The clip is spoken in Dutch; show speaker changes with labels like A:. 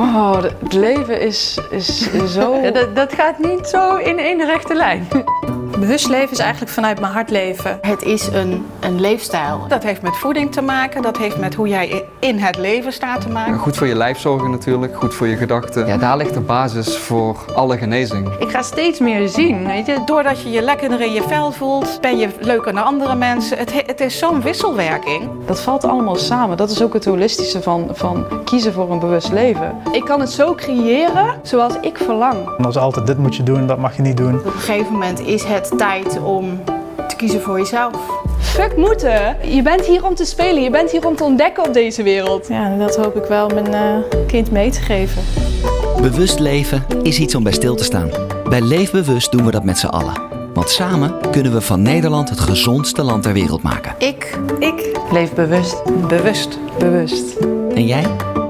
A: Wow, het leven is, is zo...
B: Ja, Dat, dat gaat niet zo in één rechte lijn.
C: Bewust leven is eigenlijk vanuit mijn hart leven.
D: Het is een, een leefstijl.
C: Dat heeft met voeding te maken, dat heeft met hoe jij i- in het leven staat te maken.
E: Goed voor je lijf zorgen natuurlijk, goed voor je gedachten. Ja, daar ligt de basis voor alle genezing.
B: Ik ga steeds meer zien, weet je.
C: Doordat je je lekkerder in je vel voelt, ben je leuker naar andere mensen. Het, he- het is zo'n wisselwerking.
A: Dat valt allemaal samen. Dat is ook het holistische van, van kiezen voor een bewust leven.
B: Ik kan het zo creëren zoals ik verlang.
F: En dat is altijd, dit moet je doen, dat mag je niet doen.
D: Op een gegeven moment is het tijd om te kiezen voor jezelf.
B: Fuck moeten. Je bent hier om te spelen. Je bent hier om te ontdekken op deze wereld.
G: Ja, dat hoop ik wel mijn eh, kind mee te geven.
H: Bewust leven is iets om bij stil te staan. Bij Leefbewust doen we dat met z'n allen. Want samen kunnen we van Nederland het gezondste land ter wereld maken.
D: Ik
A: Leef bewust.
C: Bewust.
A: Bewust.
H: En jij?